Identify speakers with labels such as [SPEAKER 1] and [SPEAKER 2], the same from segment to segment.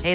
[SPEAKER 1] Hey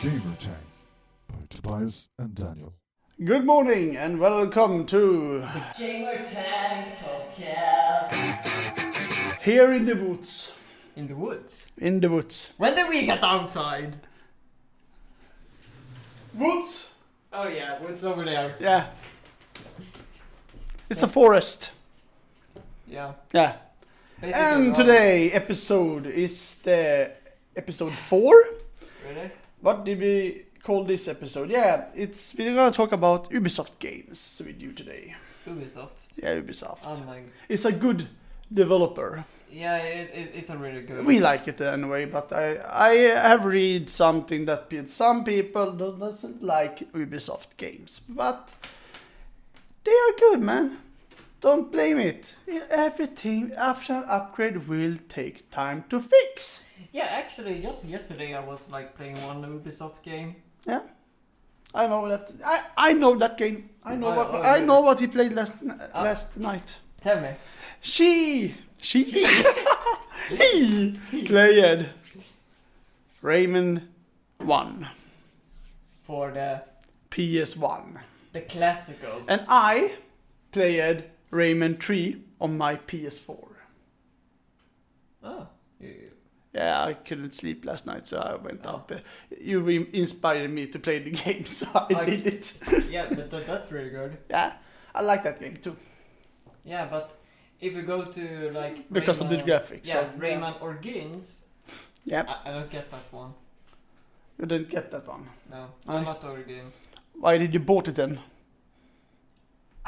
[SPEAKER 2] Gamer Tank by Tobias and Daniel.
[SPEAKER 3] Good morning and welcome to
[SPEAKER 4] Gamer Tag Podcast.
[SPEAKER 3] Here in the Woods.
[SPEAKER 4] In the woods.
[SPEAKER 3] In the Woods.
[SPEAKER 4] When did we get outside?
[SPEAKER 3] Woods?
[SPEAKER 4] Oh yeah, woods over there.
[SPEAKER 3] Yeah. It's a forest.
[SPEAKER 4] Yeah.
[SPEAKER 3] Yeah. And today episode is the episode four.
[SPEAKER 4] Really?
[SPEAKER 3] What did we call this episode? Yeah, it's we're gonna talk about Ubisoft games with you today.
[SPEAKER 4] Ubisoft.
[SPEAKER 3] Yeah, Ubisoft.
[SPEAKER 4] I'm like,
[SPEAKER 3] it's a good developer.
[SPEAKER 4] yeah, it, it, it's a really good.
[SPEAKER 3] We like it anyway, but I I have read something that pe- some people do- doesn't like Ubisoft games, but they are good, man. Don't blame it. E, Everything after an upgrade will take time to fix.
[SPEAKER 4] yeah, actually, just yesterday I was like playing one Ubisoft game.
[SPEAKER 3] Yeah, I know that. I, I know that game. I know
[SPEAKER 4] I-
[SPEAKER 3] what
[SPEAKER 4] I-
[SPEAKER 3] I, know Ah. what he played last n- last night.
[SPEAKER 4] Tell me.
[SPEAKER 3] She she he played Rayman one.
[SPEAKER 4] For the
[SPEAKER 3] PS1.
[SPEAKER 4] the classical.
[SPEAKER 3] And I played Rayman 3 on my PS4.
[SPEAKER 4] Oh. you-
[SPEAKER 3] Yeah, I couldn't sleep last night, so I went up. You re- inspired me to play the game, so I
[SPEAKER 4] I-
[SPEAKER 3] did it.
[SPEAKER 4] Yeah, but that, that's really good.
[SPEAKER 3] yeah, I like that game too.
[SPEAKER 4] Yeah, but if you go to like
[SPEAKER 3] Because of the
[SPEAKER 4] Rayman-
[SPEAKER 3] graphics,
[SPEAKER 4] Yeah,
[SPEAKER 3] so-
[SPEAKER 4] Rayman or Gins,
[SPEAKER 3] Yeah,
[SPEAKER 4] I, I don't get that one.
[SPEAKER 3] you didn't get that one.
[SPEAKER 4] No,
[SPEAKER 3] I-
[SPEAKER 4] I'm not over Gins.
[SPEAKER 3] Why did you bought it then?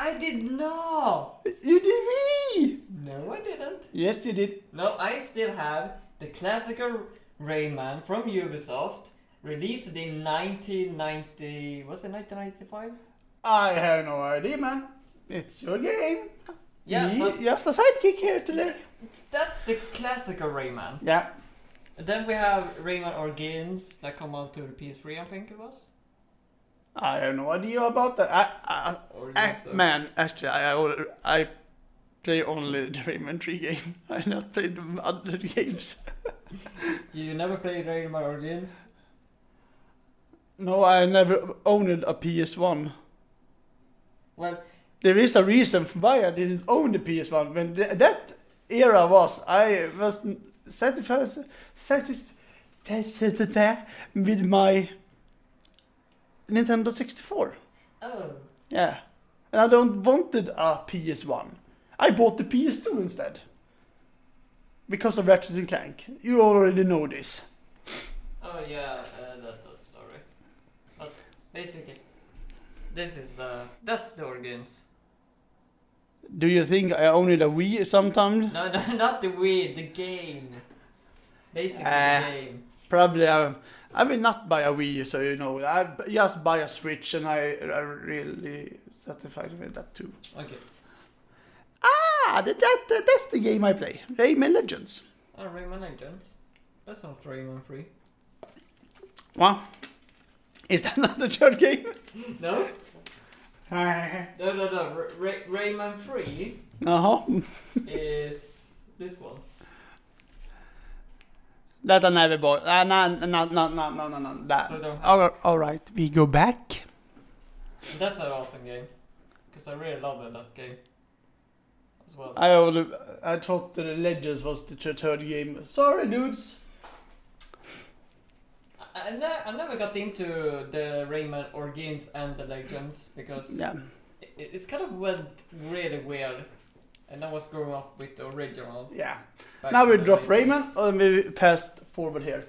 [SPEAKER 4] I did not.
[SPEAKER 3] You did me!
[SPEAKER 4] No, I didn't.
[SPEAKER 3] Yes, you did.
[SPEAKER 4] No, I still have the classical Rayman from Ubisoft, released in 1990. Was it 1995?
[SPEAKER 3] I have no idea, man. It's your game.
[SPEAKER 4] Yeah,
[SPEAKER 3] Me-
[SPEAKER 4] but
[SPEAKER 3] just a sidekick here today.
[SPEAKER 4] that's the classical Rayman.
[SPEAKER 3] Yeah,
[SPEAKER 4] And then we have Rayman Origins that come out to the PS3, I think it was.
[SPEAKER 3] I have no idea about that. I, I,
[SPEAKER 4] Or
[SPEAKER 3] I-
[SPEAKER 4] not so.
[SPEAKER 3] man, actually, I, I I play only the Rayman 3 game. I not played the other games.
[SPEAKER 4] You never played Rayman Origins?
[SPEAKER 3] no, I never owned a PS1.
[SPEAKER 4] Well,
[SPEAKER 3] There is a reason why I didn't own the PS1. When th- that era was, I was n- satisfied, satisfied with my Nintendo 64.
[SPEAKER 4] oh,
[SPEAKER 3] Yeah. And I don't wanted a PS1. I bought the PS2 instead. Because of Ratchet and Clank. You already know this.
[SPEAKER 4] oh yeah, uh, that, that story. But basically, this is the that's the Origins.
[SPEAKER 3] Do you think I owned a Wii sometime?
[SPEAKER 4] No, no, not the Wii, the game. Basically,
[SPEAKER 3] Ah.
[SPEAKER 4] the game.
[SPEAKER 3] Probably. I, I will not buy a Wii, so you know. I b- just buy a Switch, and I I really satisfied with that too.
[SPEAKER 4] Okay.
[SPEAKER 3] Ah, that, that, that that's the game I play. Rayman Legends.
[SPEAKER 4] Oh, Rayman Legends. That's not Rayman 3.
[SPEAKER 3] Wow. Is that not the third game?
[SPEAKER 4] No?
[SPEAKER 3] uh-huh.
[SPEAKER 4] No, no, no. Ra- Ra- Rayman 3 is this one.
[SPEAKER 3] That I never bought. Uh, no, no, no, no, no, no, no. That.
[SPEAKER 4] So don't have-
[SPEAKER 3] All, all right, we go back.
[SPEAKER 4] That's an awesome game. Because I really love that game. As well.
[SPEAKER 3] I only, I thought the Legends was the third game. Sorry, dudes.
[SPEAKER 4] I, I, ne- I never got into the Rayman or games and the Legends because
[SPEAKER 3] Yeah.
[SPEAKER 4] it, it's kind of went really weird. And I was growing up with the original.
[SPEAKER 3] Yeah.
[SPEAKER 4] back
[SPEAKER 3] now
[SPEAKER 4] in
[SPEAKER 3] we
[SPEAKER 4] the
[SPEAKER 3] drop
[SPEAKER 4] 90s.
[SPEAKER 3] Rayman and we passed forward here.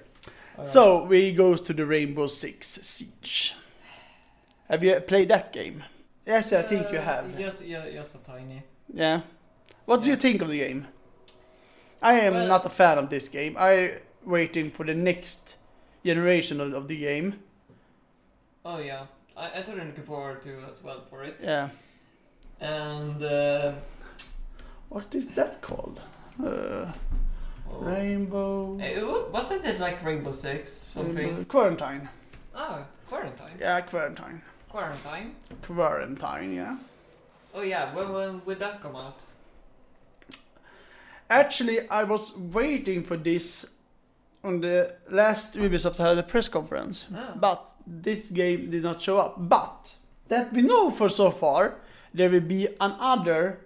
[SPEAKER 4] Alright.
[SPEAKER 3] So we go to the Rainbow Six Siege. Have you played that game? Yes, I think you
[SPEAKER 4] Uh,
[SPEAKER 3] have. Yeah.
[SPEAKER 4] Just, yeah, just a tiny.
[SPEAKER 3] What do you
[SPEAKER 4] Yeah.
[SPEAKER 3] think of the game? I am
[SPEAKER 4] Well-
[SPEAKER 3] not a fan of this game. I waiting for the next generation of, of the game.
[SPEAKER 4] Oh yeah, I, I totally looking forward to as well for it.
[SPEAKER 3] Yeah.
[SPEAKER 4] And uh,
[SPEAKER 3] What is that called? Uh,
[SPEAKER 4] oh.
[SPEAKER 3] Rainbow.
[SPEAKER 4] Eh, wa- wasn't it like Rainbow Six something?
[SPEAKER 3] Rainbow- Quarantine.
[SPEAKER 4] Ah, quarantine.
[SPEAKER 3] Yeah, quarantine.
[SPEAKER 4] Quarantine.
[SPEAKER 3] Quarantine, yeah.
[SPEAKER 4] Oh yeah, when when would that come out?
[SPEAKER 3] Actually, I was waiting for this on the last Ubisoft had a press conference,
[SPEAKER 4] Ah.
[SPEAKER 3] but this game did not show up. But that we know for so far, there will be another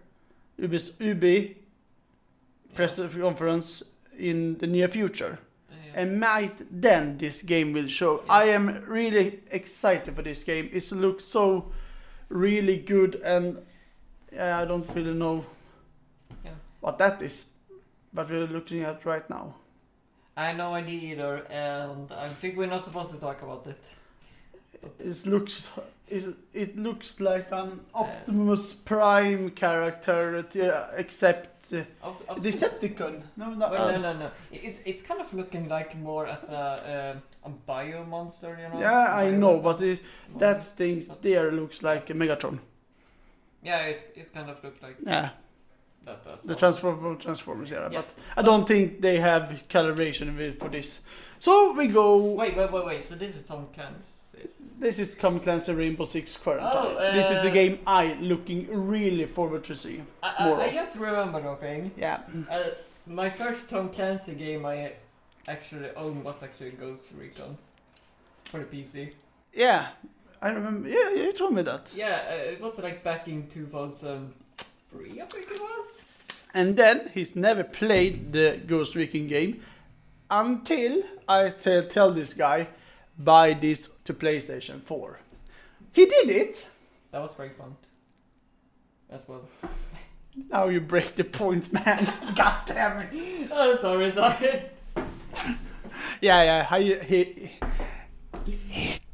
[SPEAKER 3] Ubis Ubi press conference in the near future,
[SPEAKER 4] Ah, Yeah.
[SPEAKER 3] and might then this game will show. I am really excited for this game. It looks so really good, and yeah, I don't really know
[SPEAKER 4] Yeah.
[SPEAKER 3] what that is, but we're looking at right now.
[SPEAKER 4] I have no idea either, and I think we're not supposed to talk about it.
[SPEAKER 3] It looks it, it looks like an Optimus Prime character, uh, except uh,
[SPEAKER 4] Of, of
[SPEAKER 3] Decepticon. No, no,
[SPEAKER 4] Well, no,
[SPEAKER 3] uh,
[SPEAKER 4] no, no. It- It's it's kind of looking like more as a um, a bio monster, you know.
[SPEAKER 3] yeah, I
[SPEAKER 4] Bio- Mm.
[SPEAKER 3] know, but it, that
[SPEAKER 4] monster.
[SPEAKER 3] thing there looks like a Megatron.
[SPEAKER 4] Yeah, it's it's kind of looked like
[SPEAKER 3] Yeah,
[SPEAKER 4] that. does.
[SPEAKER 3] the transform Transformers era,
[SPEAKER 4] Yeah.
[SPEAKER 3] but I don't think they have calibration with for this. So we go.
[SPEAKER 4] Wait, wait, wait, wait. So this is Tom Clancy's.
[SPEAKER 3] This is Comic Clans and Rainbow Six Quarantine.
[SPEAKER 4] Oh, uh,
[SPEAKER 3] this is the game I looking really forward to see.
[SPEAKER 4] I, I,
[SPEAKER 3] More
[SPEAKER 4] I
[SPEAKER 3] of. Mm.
[SPEAKER 4] just remembered a thing.
[SPEAKER 3] Yeah.
[SPEAKER 4] Uh, my first Tom Clancy game I actually owned was actually Ghost Recon for the PC.
[SPEAKER 3] Yeah, I remember. Yeah, you told me that.
[SPEAKER 4] Yeah, uh, it was like back in 2003, I think it was.
[SPEAKER 3] And then he's never played the Ghost Recon game until I t- tell this guy buy this to PlayStation 4. He did it.
[SPEAKER 4] That was Breakpoint. As well.
[SPEAKER 3] Now you break the point, man. God damn it.
[SPEAKER 4] Oh, sorry, sorry.
[SPEAKER 3] Yeah, yeah. He he. He,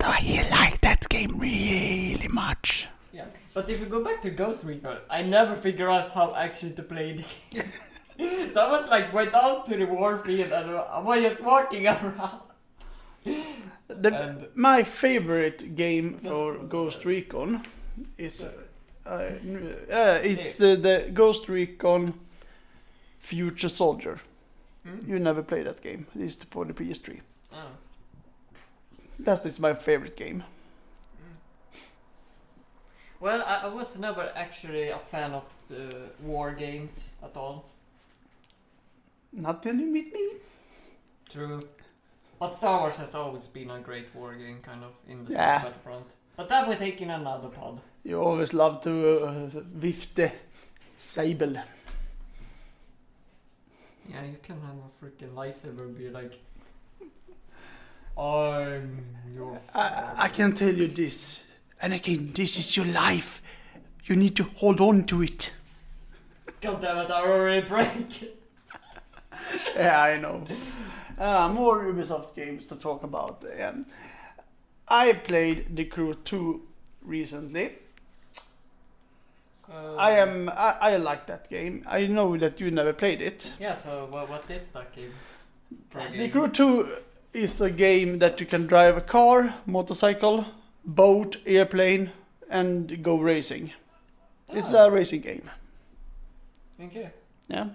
[SPEAKER 3] he liked that game really much.
[SPEAKER 4] Yeah, but if you go back to Ghost Recon, I never figure out how actually to play the game. so I was like went out to the warfield and I was just walking around.
[SPEAKER 3] The,
[SPEAKER 4] And-
[SPEAKER 3] my favorite game for
[SPEAKER 4] was
[SPEAKER 3] Ghost
[SPEAKER 4] bad.
[SPEAKER 3] Recon is uh, I- uh, it's the, the Ghost Recon Future Soldier.
[SPEAKER 4] Hmm?
[SPEAKER 3] You never played that game. It's for the PS3.
[SPEAKER 4] Oh.
[SPEAKER 3] That is my favorite game.
[SPEAKER 4] Well, I, I was never actually a fan of the war games at all.
[SPEAKER 3] Not till you meet me.
[SPEAKER 4] True. But Star Wars has always been a great war game, kind of, in the
[SPEAKER 3] Yeah.
[SPEAKER 4] battlefront. But that we're taking another pod.
[SPEAKER 3] You always love to uh, vift the sable.
[SPEAKER 4] Yeah, you can have a freaking lightsaber and be like, I'm your.
[SPEAKER 3] I, I can tell you this, Anakin. This is your life. You need to hold on to it.
[SPEAKER 4] God damn it, I already break.
[SPEAKER 3] yeah, I know. Uh, more Ubisoft games to talk about. Um, I played The Crew 2 recently.
[SPEAKER 4] So,
[SPEAKER 3] I am. I, I like that game. I know that you never played it.
[SPEAKER 4] Yeah, so wha what is that game? Pro
[SPEAKER 3] The
[SPEAKER 4] game?
[SPEAKER 3] Crew 2 is a game that you can drive a car, motorcycle, boat, airplane, and go racing. It's
[SPEAKER 4] Ah,
[SPEAKER 3] a racing game.
[SPEAKER 4] Okay.
[SPEAKER 3] Yeah.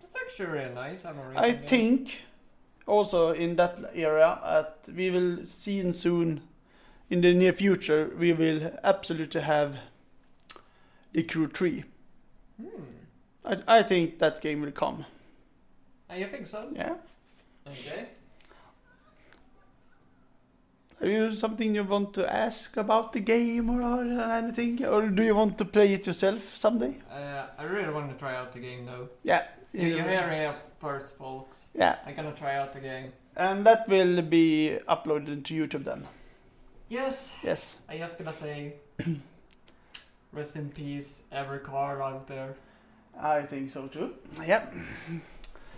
[SPEAKER 4] That's actually really nice. I'm a
[SPEAKER 3] I
[SPEAKER 4] racing game.
[SPEAKER 3] think also in that area at we will see in soon in the near future we will absolutely have the crew 3 I, I think that game will come
[SPEAKER 4] Ah, you think so?
[SPEAKER 3] yeah
[SPEAKER 4] Okay.
[SPEAKER 3] Are you something you want to ask about the game or, or anything? Or do you want to play it yourself someday?
[SPEAKER 4] Uh, I really want to try out the game though.
[SPEAKER 3] Yeah.
[SPEAKER 4] You, you hear it here first, folks.
[SPEAKER 3] Yeah.
[SPEAKER 4] I'm gonna try out the game.
[SPEAKER 3] And that will be uploaded to YouTube then.
[SPEAKER 4] Yes,
[SPEAKER 3] Yes.
[SPEAKER 4] I just gonna say, rest in peace, every car out there.
[SPEAKER 3] I think so too. Yeah.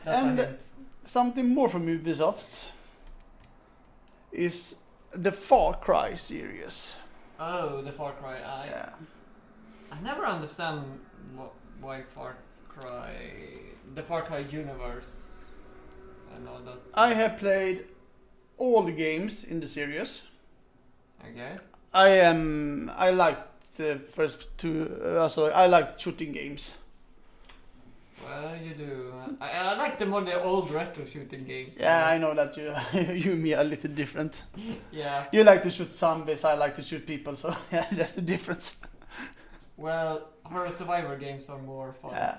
[SPEAKER 4] That's
[SPEAKER 3] And-
[SPEAKER 4] a hint.
[SPEAKER 3] Something more from Ubisoft is the Far Cry series.
[SPEAKER 4] Oh, the Far Cry. I
[SPEAKER 3] Yeah.
[SPEAKER 4] I never understand wh- why Far Cry, the Far Cry universe, and all that.
[SPEAKER 3] I have played all the games in the series.
[SPEAKER 4] Okay.
[SPEAKER 3] I am. I like the first two. Uh, also, I like shooting games.
[SPEAKER 4] Well, you do. I, I like them on the old retro shooting games.
[SPEAKER 3] Yeah, I know that you you and me are a little different.
[SPEAKER 4] Yeah.
[SPEAKER 3] You like to shoot zombies, I like to shoot people, so yeah, that's the difference.
[SPEAKER 4] Well, horror survivor games are more fun.
[SPEAKER 3] Yeah.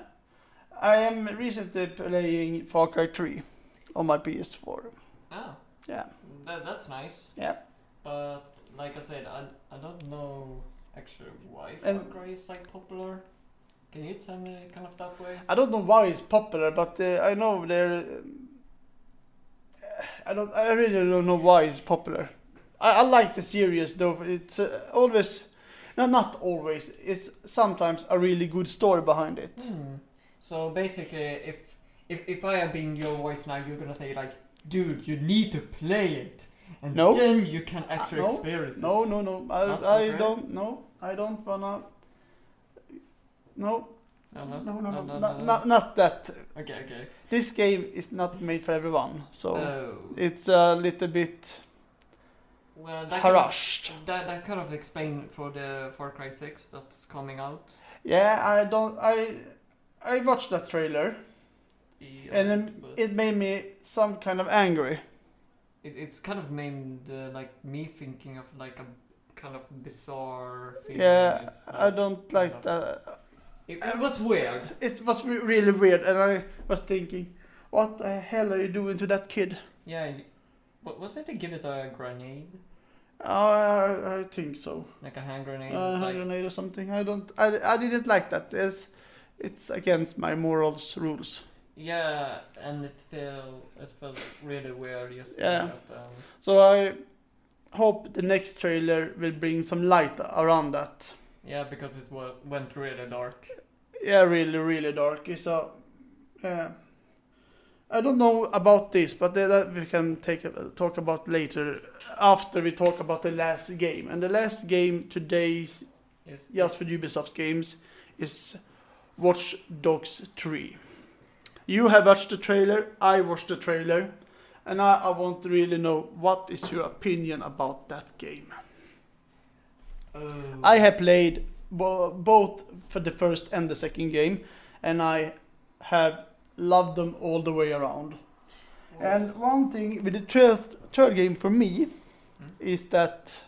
[SPEAKER 3] I am recently playing Far Cry 3 on my PS4.
[SPEAKER 4] Oh,
[SPEAKER 3] Yeah,
[SPEAKER 4] that, that's nice.
[SPEAKER 3] yeah.
[SPEAKER 4] But like I said, I, I don't know actually why Far
[SPEAKER 3] And-
[SPEAKER 4] Cry is like popular. Can you tell me kind of that way?
[SPEAKER 3] I don't know why it's popular, but uh, I know there. um, I don't. I really don't know why it's popular. I, I like the series though. It's uh, always, no, not always. It's sometimes a really good story behind it.
[SPEAKER 4] Hmm. So basically, if if if I am being your voice now, you're gonna say like, dude, you need to play it, and
[SPEAKER 3] No.
[SPEAKER 4] then you can actually
[SPEAKER 3] no,
[SPEAKER 4] experience it.
[SPEAKER 3] Uh, No, no, no. I,
[SPEAKER 4] Hmm. Not
[SPEAKER 3] I
[SPEAKER 4] okay.
[SPEAKER 3] don't. No, I don't wanna. No,
[SPEAKER 4] no,
[SPEAKER 3] no,
[SPEAKER 4] not-
[SPEAKER 3] no, no, no,
[SPEAKER 4] Uh-huh. no.
[SPEAKER 3] not, not that.
[SPEAKER 4] Okay, okay.
[SPEAKER 3] This game is not made for everyone, so
[SPEAKER 4] Oh.
[SPEAKER 3] it's a little bit
[SPEAKER 4] Well, that kind of,
[SPEAKER 3] harassed.
[SPEAKER 4] that that kind of explain for the Far Cry Six that's coming out.
[SPEAKER 3] Yeah, I don't. I I watched that trailer,
[SPEAKER 4] The
[SPEAKER 3] and then
[SPEAKER 4] E, octopus.
[SPEAKER 3] it made me some kind of angry.
[SPEAKER 4] It, it's kind of made uh, like me thinking of like a kind of bizarre. Feeling.
[SPEAKER 3] Yeah,
[SPEAKER 4] It's
[SPEAKER 3] I don't like
[SPEAKER 4] kind of-
[SPEAKER 3] that.
[SPEAKER 4] It, it was weird.
[SPEAKER 3] It was re- really weird, and I was thinking, what the hell are you doing to that kid?
[SPEAKER 4] Yeah. you- What was it? To give it a grenade,
[SPEAKER 3] Uh, I think so.
[SPEAKER 4] like a hand
[SPEAKER 3] uh,
[SPEAKER 4] grenade. It's
[SPEAKER 3] hand
[SPEAKER 4] like-
[SPEAKER 3] grenade or something. I don't. I, I didn't like that. It's it's against my morals rules.
[SPEAKER 4] Yeah, and it felt it felt really weird. Just
[SPEAKER 3] Yeah.
[SPEAKER 4] That, um,
[SPEAKER 3] So I hope the next trailer will bring some light around that.
[SPEAKER 4] yeah, because it wa- went really dark.
[SPEAKER 3] Yeah, really, really dark. So yeah, I don't know about this, but that- that we can take a, talk about later after we talk about the last game. And the last game today's
[SPEAKER 4] Yes.
[SPEAKER 3] just for Ubisoft games is Watch Dogs 3. You have watched the trailer, I watched the trailer, and I, I want to really know what is your opinion about that game.
[SPEAKER 4] Oh.
[SPEAKER 3] I have played bo- both for the first and the second game, and I have loved them all the way around. And one thing with the third, third game for me is that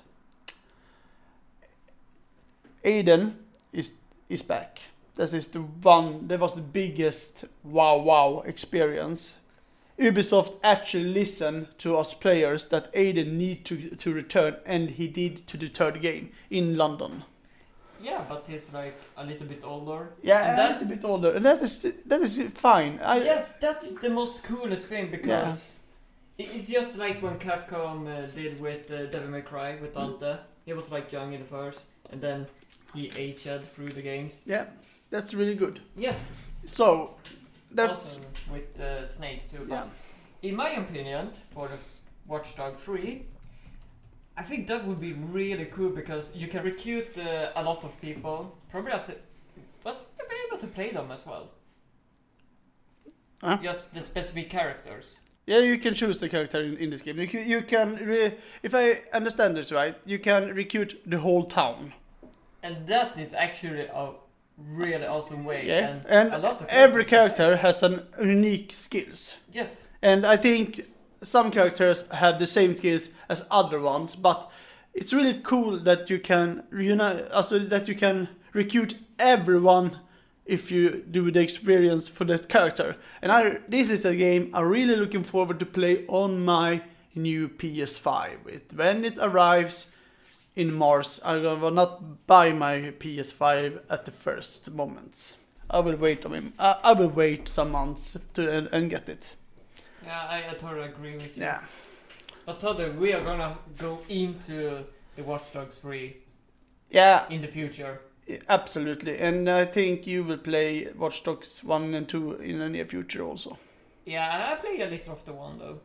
[SPEAKER 3] Aiden is is back. That is the one. That was the biggest wow wow experience. Ubisoft actually listened to us players that Aiden need to to return, and he did to the third game in London.
[SPEAKER 4] Yeah, but he's like a little bit older.
[SPEAKER 3] Yeah,
[SPEAKER 4] and
[SPEAKER 3] that's
[SPEAKER 4] that's
[SPEAKER 3] a bit older, and that is that is fine. I,
[SPEAKER 4] yes, that's the most coolest thing because it, it's just like when Capcom uh, did with uh, Devil May Cry with
[SPEAKER 3] Mm.
[SPEAKER 4] Dante. He was like young in the first, and then he aged through the games.
[SPEAKER 3] yeah, that's really good.
[SPEAKER 4] Yes,
[SPEAKER 3] So that's
[SPEAKER 4] also with uh, Snake too. But
[SPEAKER 3] yeah.
[SPEAKER 4] In my opinion, for the Watchdog 3, I think that would be really cool because you can recruit uh, a lot of people. Probably as it was to be able to play them as well.
[SPEAKER 3] Huh?
[SPEAKER 4] Just the specific characters.
[SPEAKER 3] Yeah, you can choose the character in, in this game. You can, you can re, if I understand this right, you can recruit the whole town.
[SPEAKER 4] And that is actually a really awesome way.
[SPEAKER 3] Yeah,
[SPEAKER 4] and,
[SPEAKER 3] and,
[SPEAKER 4] a lot of
[SPEAKER 3] every
[SPEAKER 4] characters.
[SPEAKER 3] character has an unique skills,
[SPEAKER 4] Yes,
[SPEAKER 3] and I think some characters have the same skills as other ones, but it's really cool that you can you know also that you can recruit everyone if you do the experience for that character. And I this is a game I'm really looking forward to play on my new PS5. It, when it arrives in March, I will not buy my PS5 at the first moments. I will wait. I mean, I, I will wait some months to and, and get it.
[SPEAKER 4] Yeah, I, I totally agree with you.
[SPEAKER 3] Yeah.
[SPEAKER 4] But Todd, we are gonna go into the Watch Dogs 3
[SPEAKER 3] Yeah,
[SPEAKER 4] in the future.
[SPEAKER 3] absolutely. And I think you will play Watch Dogs 1 and 2 in the near future also.
[SPEAKER 4] Yeah, I played a little of the one though.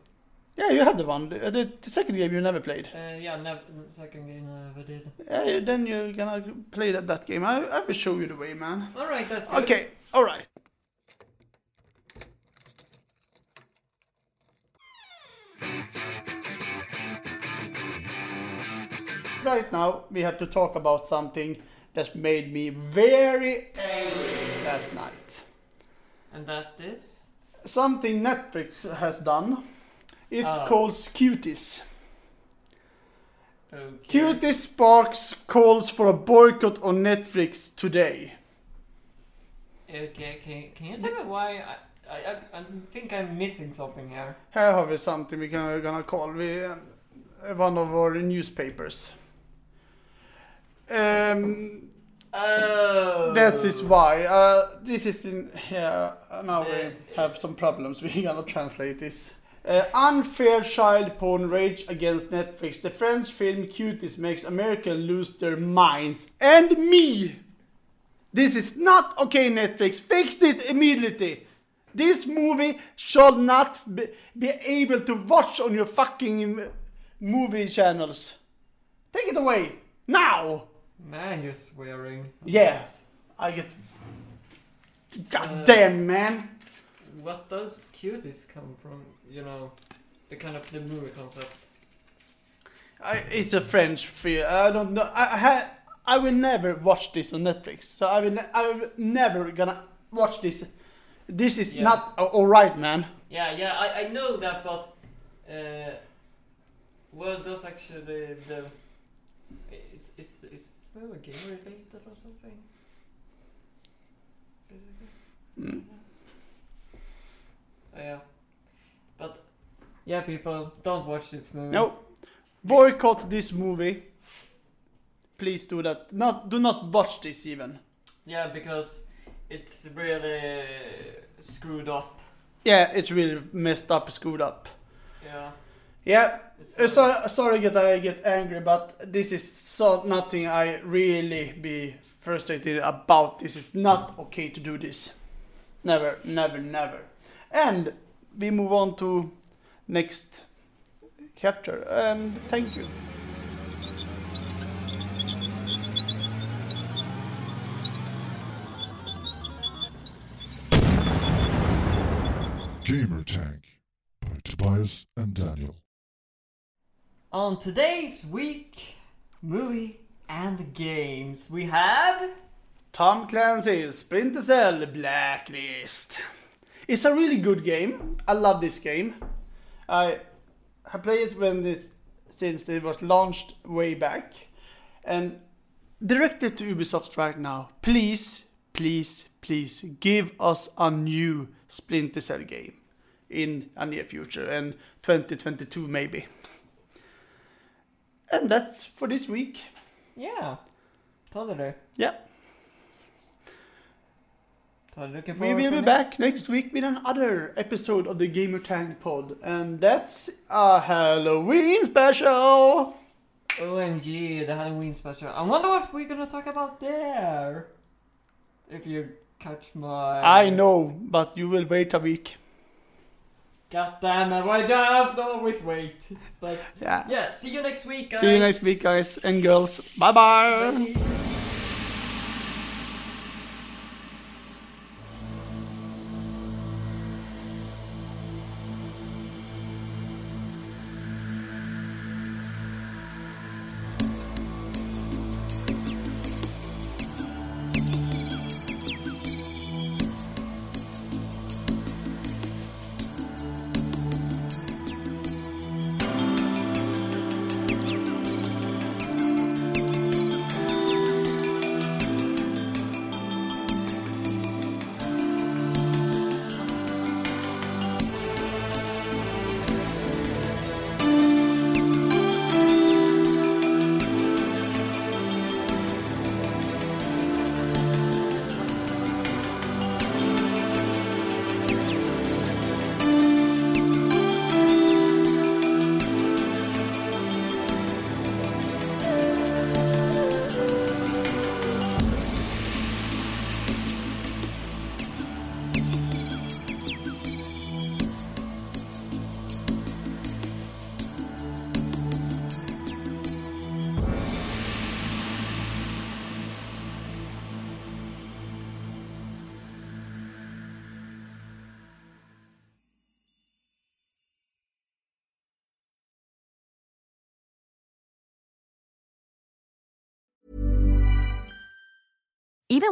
[SPEAKER 3] Yeah, you have the one. The, the, the second game you never played.
[SPEAKER 4] Uh, yeah, never, second game I never did.
[SPEAKER 3] Yeah, then you're gonna play that, that game. I, I will show you the way, man.
[SPEAKER 4] Alright, that's good.
[SPEAKER 3] Okay, alright. Right now, we have to talk about something that made me very angry last night.
[SPEAKER 4] And that is?
[SPEAKER 3] Something Netflix has done. It's
[SPEAKER 4] Oh.
[SPEAKER 3] called Cuties.
[SPEAKER 4] Okay.
[SPEAKER 3] Cutie Sparks calls for a boycott on Netflix today.
[SPEAKER 4] Okay, can, can you tell me why? I, I, I, I think I'm missing something here.
[SPEAKER 3] Här har vi something we can, we're gonna call we, uh, one of our newspapers. Um,
[SPEAKER 4] Oh!
[SPEAKER 3] that is why. Uh, this is in. Yeah, now
[SPEAKER 4] The-
[SPEAKER 3] we have some problems. We're gonna translate this. Uh, unfair child porn rage against Netflix. The French film Cuties makes Americans lose their minds. And me! This is not okay, Netflix. Fix it immediately. This movie shall not be, be able to watch on your fucking uh, movie channels. Take it away. Now!
[SPEAKER 4] Man, you're swearing.
[SPEAKER 3] Yeah, I get. God damn, man.
[SPEAKER 4] What does cuties come from? You know, the kind of the movie concept.
[SPEAKER 3] I, it's a French fear. I don't know. I I, ha, I will never watch this on Netflix. So I will. Ne- I will never gonna watch this. This is
[SPEAKER 4] Yeah.
[SPEAKER 3] not a- all right, man.
[SPEAKER 4] Yeah, yeah, I, I know that, but uh, well, does actually the it's it's it's well, Oh, a game related or something. Basically.
[SPEAKER 3] Mm.
[SPEAKER 4] Oh, yeah, but yeah, people don't watch this movie.
[SPEAKER 3] No, boycott this movie. Please do that. Not do not watch this even.
[SPEAKER 4] Yeah, because it's really screwed up.
[SPEAKER 3] Yeah, it's really messed up, screwed up.
[SPEAKER 4] Yeah.
[SPEAKER 3] Yeah,
[SPEAKER 4] It's
[SPEAKER 3] uh, so, sorry that I get angry, but this is so nothing I really be frustrated about. This is not okay to do this. Never, never, never. And we move on to next chapter. And thank you.
[SPEAKER 2] Gamer Tank by Tobias and Daniel.
[SPEAKER 4] On today's week, movie and games, we have.
[SPEAKER 3] Tom Clancy's Splinter Cell Blacklist. It's a really good game. I love this game. I have played it when this since it was launched way back, and directed to Ubisoft right now. Please, please, please give us a new Splinter Cell game in a near future, and 2022 maybe. And that's for this week.
[SPEAKER 4] Yeah. Totally.
[SPEAKER 3] Yeah.
[SPEAKER 4] Totally looking
[SPEAKER 3] We
[SPEAKER 4] forward
[SPEAKER 3] will
[SPEAKER 4] to
[SPEAKER 3] be
[SPEAKER 4] next-
[SPEAKER 3] back next week with another episode of the Gamer Tank Pod, and that's a Halloween special.
[SPEAKER 4] OMG, the Halloween special. I wonder what we're gonna talk about there. If you catch my.
[SPEAKER 3] I know, but you will wait a week.
[SPEAKER 4] God damn it, why do I have to always wait? But
[SPEAKER 3] Yeah.
[SPEAKER 4] yeah, see you next week, guys.
[SPEAKER 3] See you next week, guys and girls. Bye bye.
[SPEAKER 5] Even